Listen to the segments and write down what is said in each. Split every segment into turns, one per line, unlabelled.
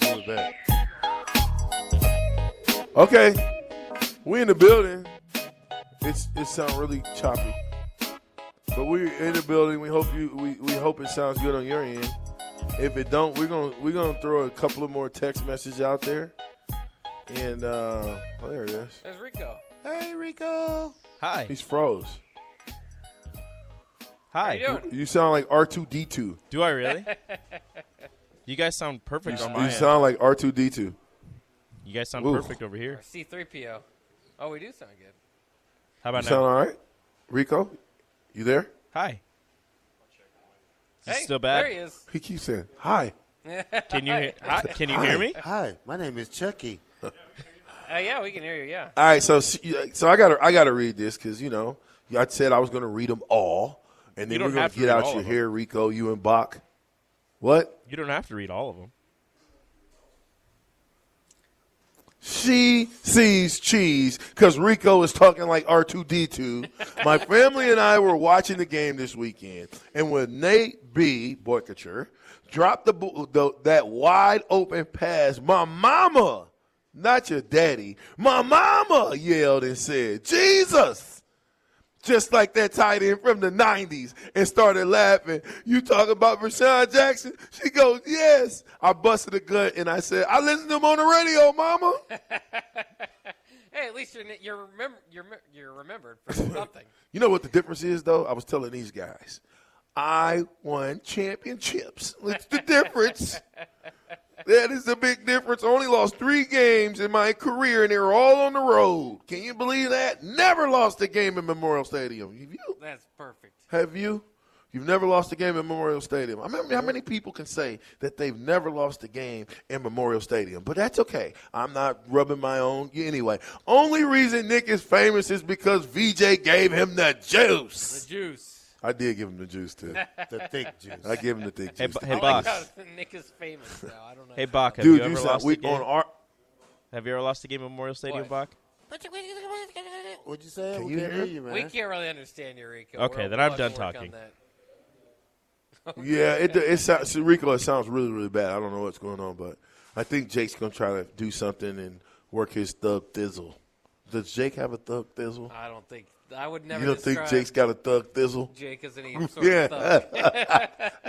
What was that? Okay, we in the building. It's it sounds really choppy, but we're in the building. We hope you we, we hope it sounds good on your end. If it don't, we're gonna we're gonna throw a couple of more text messages out there. And uh, oh, there it is.
There's Rico.
Hey Rico,
Hi.
he's froze.
How you
Hi.
doing?
You sound like R two D two.
Do I really? You guys sound perfect on my
You
end.
sound like R two D two.
you guys sound
Oof.
perfect over here.
C3PO. Oh, we do sound good.
How about
You
now?
sound all right, Rico. You there?
Hi. Is it
Hey,
still bad?
There he is.
He keeps saying hi.
Can you hear? Hi, can you hear me?
Hi, my name is Chucky.
Uh, yeah, we can hear you. Yeah.
All right, so so I got to I got to read this because you know I said I was going to read them all, and
You
then
don't
we're going
have
to
to
get
read
out
all
your
of 'em.
hair, Rico, you and Bach. What
You don't have to read all of them.
she sees cheese because Rico is talking like R two D two. My family and I were watching the game this weekend, and when Nate B. Boykature dropped the, bo- the that wide open pass, my mama, not your daddy, my mama yelled and said, "Jesus." just like that tight end from the 90s and started laughing. You talking about Rashawn Jackson? She goes, yes. I busted a gut and I said, I listened to him on the radio, mama.
Hey, at least you're n- you're remember you're me- you're remembered for something.
You know what the difference is, though? I was telling these guys, I won championships. That's the difference. that is the big difference. I only lost three games in my career, and they were all on the road. Can you believe that? Never lost a game in Memorial Stadium. You-
That's perfect.
Have you? You've never lost a game at Memorial Stadium. I mean, how many people can say that they've never lost a game in Memorial Stadium? But that's okay. I'm not rubbing my own. yeah, Anyway, only reason Nick is famous is because VJ gave him the
The
juice.
juice.
I did give him the juice too.
The thick juice.
I gave him the thick
Hey,
juice.
B- hey
I
Bach.
like how Nick is famous now. I don't know.
Hey Bach. Have
Dude,
you
you,
ever
sound
lost a
we
game?
on our.
have you ever lost a game at Memorial Stadium,
What?
Bach?
What'd you say?
Can
we
you
can't
hear?
hear you, man.
we can't really understand you, Rico.
Okay,
We're-
then
we'll
I'm
have
done
to work on
talking.
that.
Yeah, it it sounds Rico. It sounds really really bad. I don't know what's going on, but I think Jake's gonna try to do something and work his thug thizzle. Does Jake have a thug thizzle?
I don't think I would never.
You don't think
describe
Jake's got a thug thizzle?
Jake is any sort
Yeah.
of thug.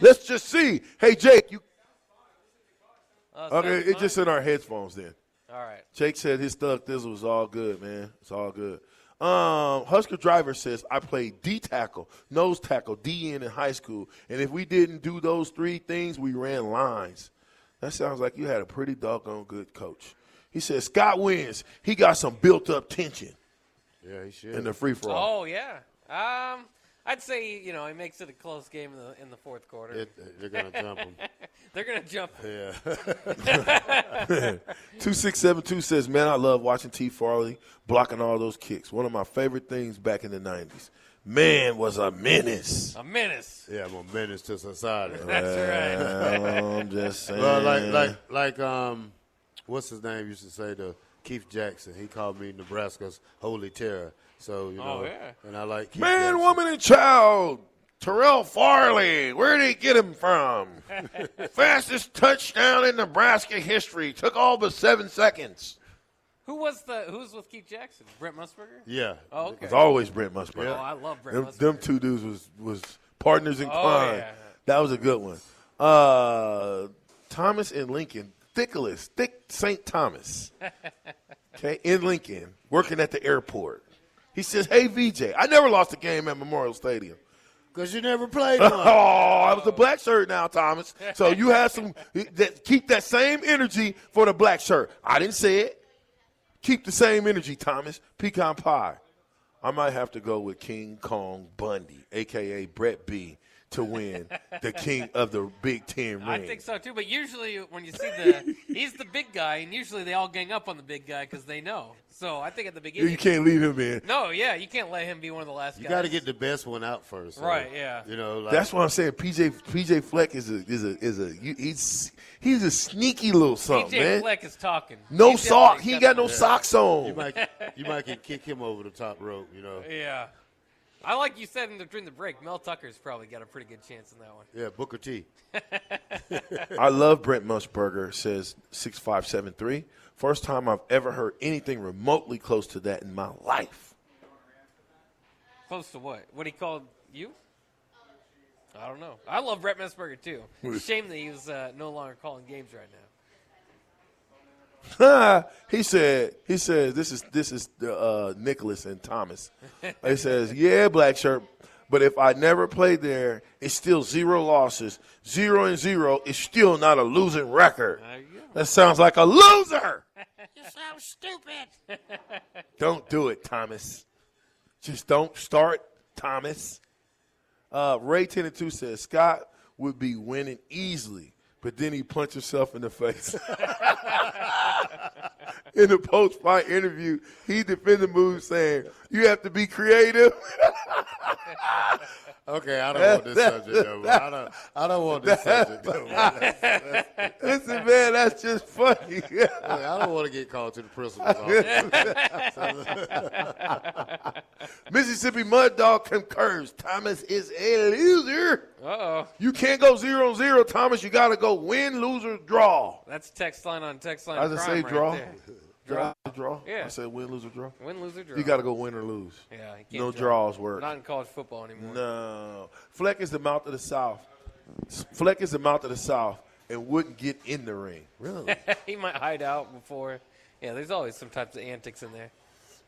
Let's just see. Hey, Jake, you
Oh, so
okay?
that's
It
fine.
just in our headphones. Then
All right.
Jake said his thug thizzle was all good, man. It's all good. Um, Husker Driver says I played D tackle, nose tackle, D in in high school, and if we didn't do those three things, we ran lines. That sounds like you had a pretty doggone good coach. He says Scott wins. He got some built up tension
Yeah, he should.
in the free for all.
Oh yeah. Um, I'd say you know he makes it a close game in the in the fourth quarter.
It- they're gonna jump him.
They're gonna jump.
Yeah. Oh.
Two six seven two says, "Man, I love watching T. Farley blocking all those kicks. One of my favorite things back in the '90s. Man was a menace.
A menace.
Yeah, I'm a menace to society.
That's
uh,
right.
I'm just saying.
Well, Uh, like, like, like, um, what's his name used to say to Keith Jackson? He called me Nebraska's holy terror. So you know,
Oh, yeah.
and I like Keith
man,
Jackson.
woman, and child. Terrell Farley. Where did he get him from? Fastest touchdown in Nebraska history. Took all but seven seconds.
Who was the who's with Keith Jackson? Brent Musburger?
Yeah.
Oh, okay.
It's always Brent Musburger.
Oh, I love Brent
Them,
Musburger. Oh,
them two dudes was was partners in crime.
yeah.
That was a good one. Uh, Thomas and Lincoln, Thickless, Thick St. Thomas. Okay, in Lincoln, working at the airport. He says, "Hey VJ, I never lost a game at Memorial Stadium.
Because you never played
Oh,
one.
I was a black shirt now, Thomas. So you have some that keep that same energy for the black shirt. I didn't say it. Keep the same energy, Thomas. Pecan pie. I might have to go with King Kong Bundy, aka Brett B, to win the king of the Big Ten ring.
I think so too. But usually, when you see the he's the big guy, and usually they all gang up on the big guy because they know. So I think at the beginning,
You can't leave him in.
no, yeah, you can't let him be one of the last
You
guys.
got to get the best one out first. so,
Right, yeah.
You know, like,
That's why I'm saying PJ PJ Fleck is a is a is a you- he's he's a sneaky little something,
DJ
man.
Fleck is talking.
No
He
sock.
definitely
He ain't got no socks
you
on.
might you might can kick him over the top rope. You know,
Yeah. I like you said in the, during the break, Mel Tucker's probably got a pretty good chance in that one.
yeah. Booker T.
I love Brent Musburger says six five seven three. First time I've ever heard anything remotely close to that in my life.
Close to what? What he called you? I don't know. I love Brett Messberger too. It's a shame that he was uh, no longer calling games right now.
he said he says this is this is uh, Nicholas and Thomas. He says yeah, black shirt. But if I never played there, it's still zero losses. Zero and zero is still not a losing record.
There you go.
That sounds like a loser. you sound stupid. don't do it, Thomas. Just don't start, Thomas. Uh, Ray 10 and 2 says Scott would be winning easily, but then he punched himself in the face. in the post fight interview, he defended moves saying, You have to be creative.
Okay, I don't want this subject. Over. I don't. I don't want this subject. Over.
Listen, man, that's just funny.
I don't want to get called to the principal's office.
Mississippi Mud Dog concurs. Thomas is a loser.
Uh oh.
You can't go zero and zero, Thomas. You got to go win, lose, or draw.
That's text line on text line.
I just
crime
say
right
draw.
there.
Draw, draw.
Yeah.
I said win, lose, or draw.
Win, lose, or draw.
You got to go win or lose.
Yeah, you can't
No
draw.
draws work.
Not in college football anymore.
No. Fleck is the mouth of the South. S- Fleck is the mouth of the South and wouldn't get in the ring. Really?
he might hide out before. Yeah, there's always some types of antics in there.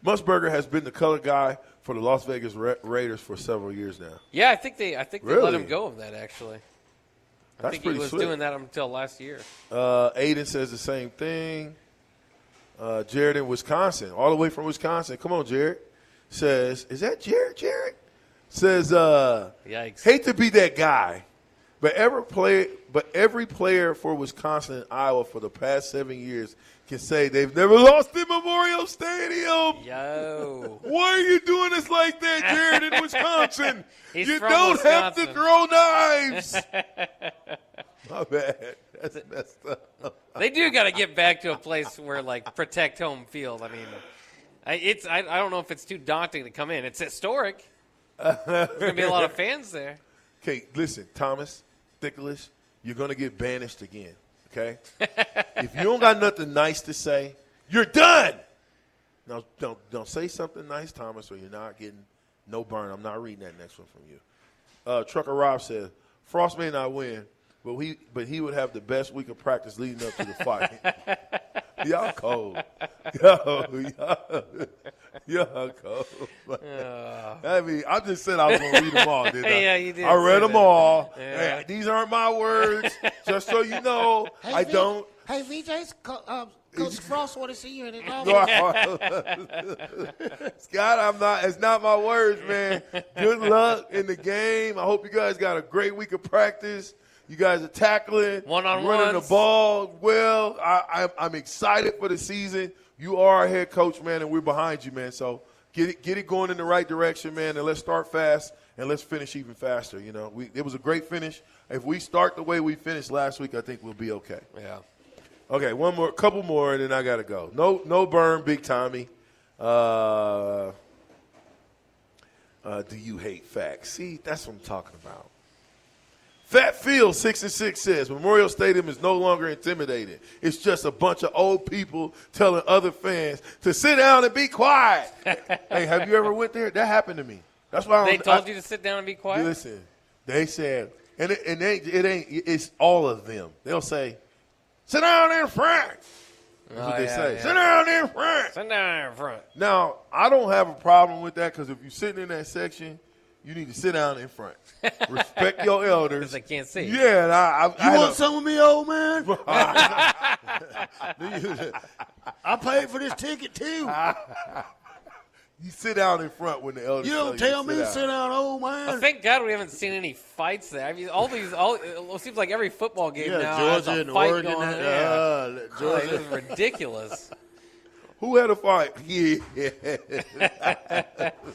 Musburger has been the color guy for the Las Vegas Ra- Raiders for several years now.
Yeah, I think they I think they let
Really?
him go of that actually. I
That's
think he
pretty
was
slick.
doing that until last year.
Uh, Aiden says the same thing. Uh, Jared in Wisconsin, all the way from Wisconsin. Come on, Jared. Says, is that Jared? Jared says, uh,
Yikes.
hate to be that guy, but ever play, but every player for Wisconsin and Iowa for the past seven years can say they've never lost in Memorial Stadium.
Yo.
Why are you doing us like that, Jared in Wisconsin?
He's
you
from
don't have to
Wisconsin.
throw knives. My bad. That's messed up.
They do got to get back to a place where like protect home field. I mean, I, it's I, I don't know if it's too daunting to come in. It's historic. There's gonna be a lot of fans there.
Okay, listen, Thomas, Nicholas, you're gonna get banished again. Okay, if you don't got nothing nice to say, you're done. Now, don't don't say something nice, Thomas, or you're not getting no burn. I'm not reading that next one from you. Uh, Trucker Rob says Frost may not win, but he but he would have the best week of practice leading up to the fight. y'all cold, yo, y'all, y'all cold. I mean, I just said I was going to read them all, didn't I?
Yeah, you did
I read
say
them
that.
all.
Yeah.
Hey, these aren't my words. just so you know, I don't.
Hey, VJ's co- uh, Coach Frost want to see you in the office.
No, I- Scott, I'm not. It's not my words, man. Good luck in the game. I hope you guys got a great week of practice. You guys are tackling,
One-on-ones.
running the ball well. I, I, I'm excited for the season. You are our head coach, man, and we're behind you, man. So get it, get it going in the right direction, man, and let's start fast and let's finish even faster. You know, we, it was a great finish. If we start the way we finished last week, I think we'll be okay.
Yeah.
Okay, one more, couple more, and then I gotta go. No, no burn, Big Tommy. Uh, uh, do you hate facts? See, that's what I'm talking about. Fat Field six and six says Memorial Stadium is no longer intimidating. It's just a bunch of old people telling other fans to sit down and be quiet. hey, have you ever went there? That happened to me. That's why I
They
don't-
told
I-
you to sit down and be quiet.
Listen, they said, and it, and they, it ain't. It's all of them. They'll say, "Sit down in front." That's what
Oh,
they
yeah,
say.
yeah.
Sit down in front.
Sit down in front.
Now, I don't have a problem with that because if you're sitting in that section, you need to sit down in front. Respect your elders.
Because I can't see.
Yeah, and I, I, I
You
had
want
a-
some of me, old man? I paid for this ticket too.
You sit down in front when the elders.
You don't tell me to sit down, old
Well,
man.
Oh, thank God we haven't seen any fights there. I mean, all these, all it seems like every football game now
yeah,
has a
Georgia and
fight
Oregon.
going on.
and-
Yeah.
uh,
Like,
Georgia.
this is ridiculous.
Who had a fight? Yeah,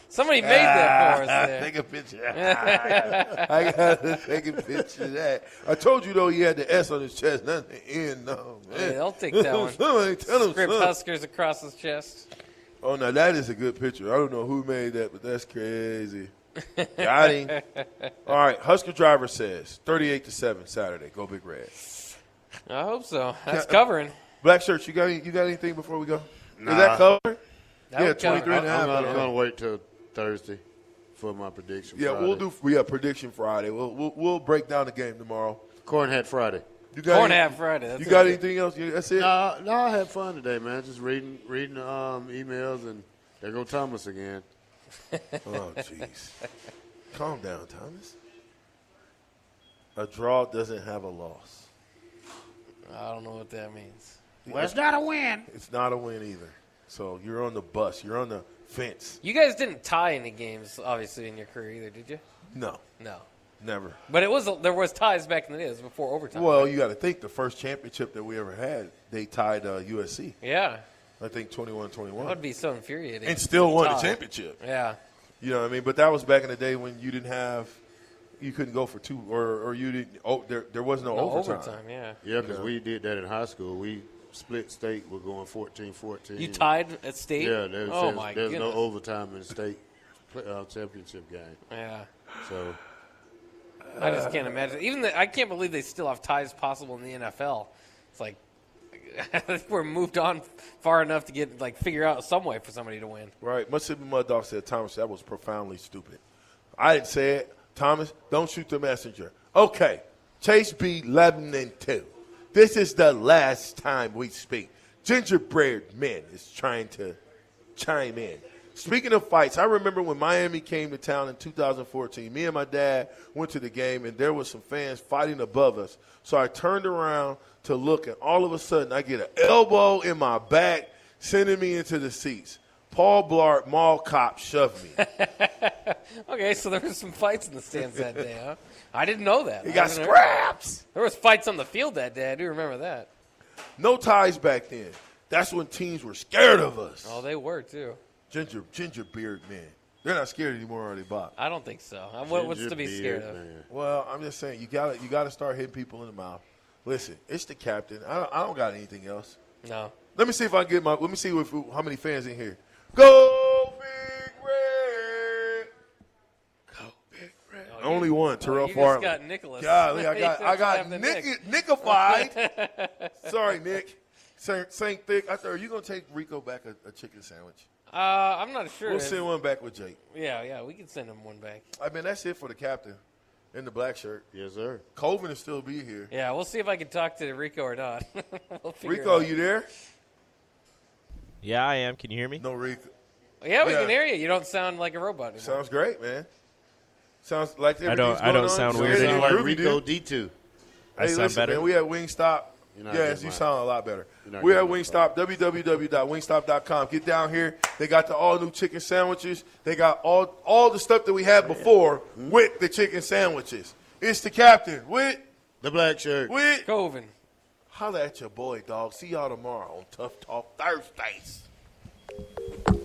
Somebody made
Ah,
that for us there.
take a picture. I gotta take a picture of that. I told you though, he had the S on his chest, not the N. No, man.
Yeah, they'll take that one.
Somebody tell him
Grip
something.
Huskers across his chest.
Oh, now that is a good picture. I don't know who made that, but that's crazy. Got him. All right, Husker driver says thirty-eight to seven Saturday. Go Big Red.
I hope so.
uh,
That's covering.
Black shirts. You got any, you got anything before we go?
Nah.
Is that covered?
That
yeah,
would cover it.
twenty-three and a half.
I'm gonna, I'm gonna wait till Thursday for my prediction.
Yeah,
Friday.
we'll do. We have prediction Friday. We'll, we'll we'll break down the game tomorrow.
Cornhead Friday.
You got
Four and a
any-
half Friday. That's
You got
it.
anything else? You- That's it.
No, no, I had fun today, man. Just reading, reading um, emails, and there go Thomas again.
Oh jeez. Calm down, Thomas. A draw doesn't have a loss.
I don't know what that means.
Well, it's not a win.
It's not a win either. So you're on the bus. You're on the fence.
You guys didn't tie any games, obviously, in your career either, did you?
No,
No.
never.
But it was there was ties back in the days before overtime.
Well, you got to think the first championship that we ever had, they tied uh, USC.
yeah,
I think 21-21.
that would be so infuriating.
and still won the
Tie.
championship.
Yeah,
You know what I mean? But that was back in the day when you didn't have, you couldn't go for two, or, or you didn't. Oh, there there was no,
No,
overtime.
overtime. Yeah,
Yeah, because we did that in high school. We split state. We're going 14-14.
you tied at state.
Yeah, there was,
oh
there's,
my
there's
goodness.
no overtime in the state play- uh, championship game.
yeah,
So
I just can't imagine. Even the, I can't believe they still have ties possible in the NFL. It's like I think we're moved on far enough to get like figure out some way for somebody to win.
Right. Mississippi Mud Dog said, Thomas, that was profoundly stupid. I didn't say it. Thomas, don't shoot the messenger. Okay. Chase B, Lebanon 2. This is the last time we speak. Gingerbread Men is trying to chime in. Speaking of fights, I remember when Miami came to town in 2014. Me and my dad went to the game, and there was some fans fighting above us. So I turned around to look, and all of a sudden, I get an elbow in my back, sending me into the seats. Paul Blart, mall cop, shoved me.
Okay, so there were some fights in the stands that day, huh? I didn't know that.
He
I
got
haven't heard that.
scraps.
There was fights on the field that day. I do remember that.
No ties back then. That's when teams were scared of us.
Oh, they were too.
Ginger, ginger beard men. They're not scared anymore, are they, Bob?
I don't think so. Uh, What, what's
Ginger
to be
beard,
scared of?
man.
Well, I'm just saying you got to you got to start hitting people in the mouth. Listen, it's the captain. I don't, I don't got anything else.
No.
Let me see if I can get my. Let me see if, how many fans in here. Go big red. Go big red. Only one, Terrell
Oh, you just
Farley.
got Nicholas.
Golly, I
You
got I
just
got
have the
Nick,
Nick.
Nickified. Sorry, Nick. Same, same thing. I thought, are you gonna take Rico back a, a chicken sandwich?
Uh, I'm not sure.
We'll
if-
send one back with Jake.
Yeah, yeah, we can send him one back.
I mean, that's it for the captain in the black shirt.
yes, sir.
Colvin will still be here.
Yeah, we'll see if I can talk to Rico or not. We'll figure it
Rico,
out.
you there?
Yeah, I am. Can you hear me?
No, Rico.
yeah, we
yeah.
can hear you. You don't sound like a robot anymore.
Sounds great, man. Sounds like everything's
don't- I
going
don't
on.
sound
You
weird
sound
anymore.
Like
groovy,
Rico
dude.
D two.
I
hey,
sound
listen,
better.
man, we at Wingstop.
You're not
Yes,
getting
you
mine.
sound a lot better.
You're not
We at
getting mine.
Wingstop, www.wingstop.com. Get down here. They got the all new chicken sandwiches. They got all all the stuff that we had before with the chicken sandwiches. It's the captain. With,
The black shirt.
with.
Coven.
Holla at your boy, dog. See y'all tomorrow on Tough Talk Thursdays.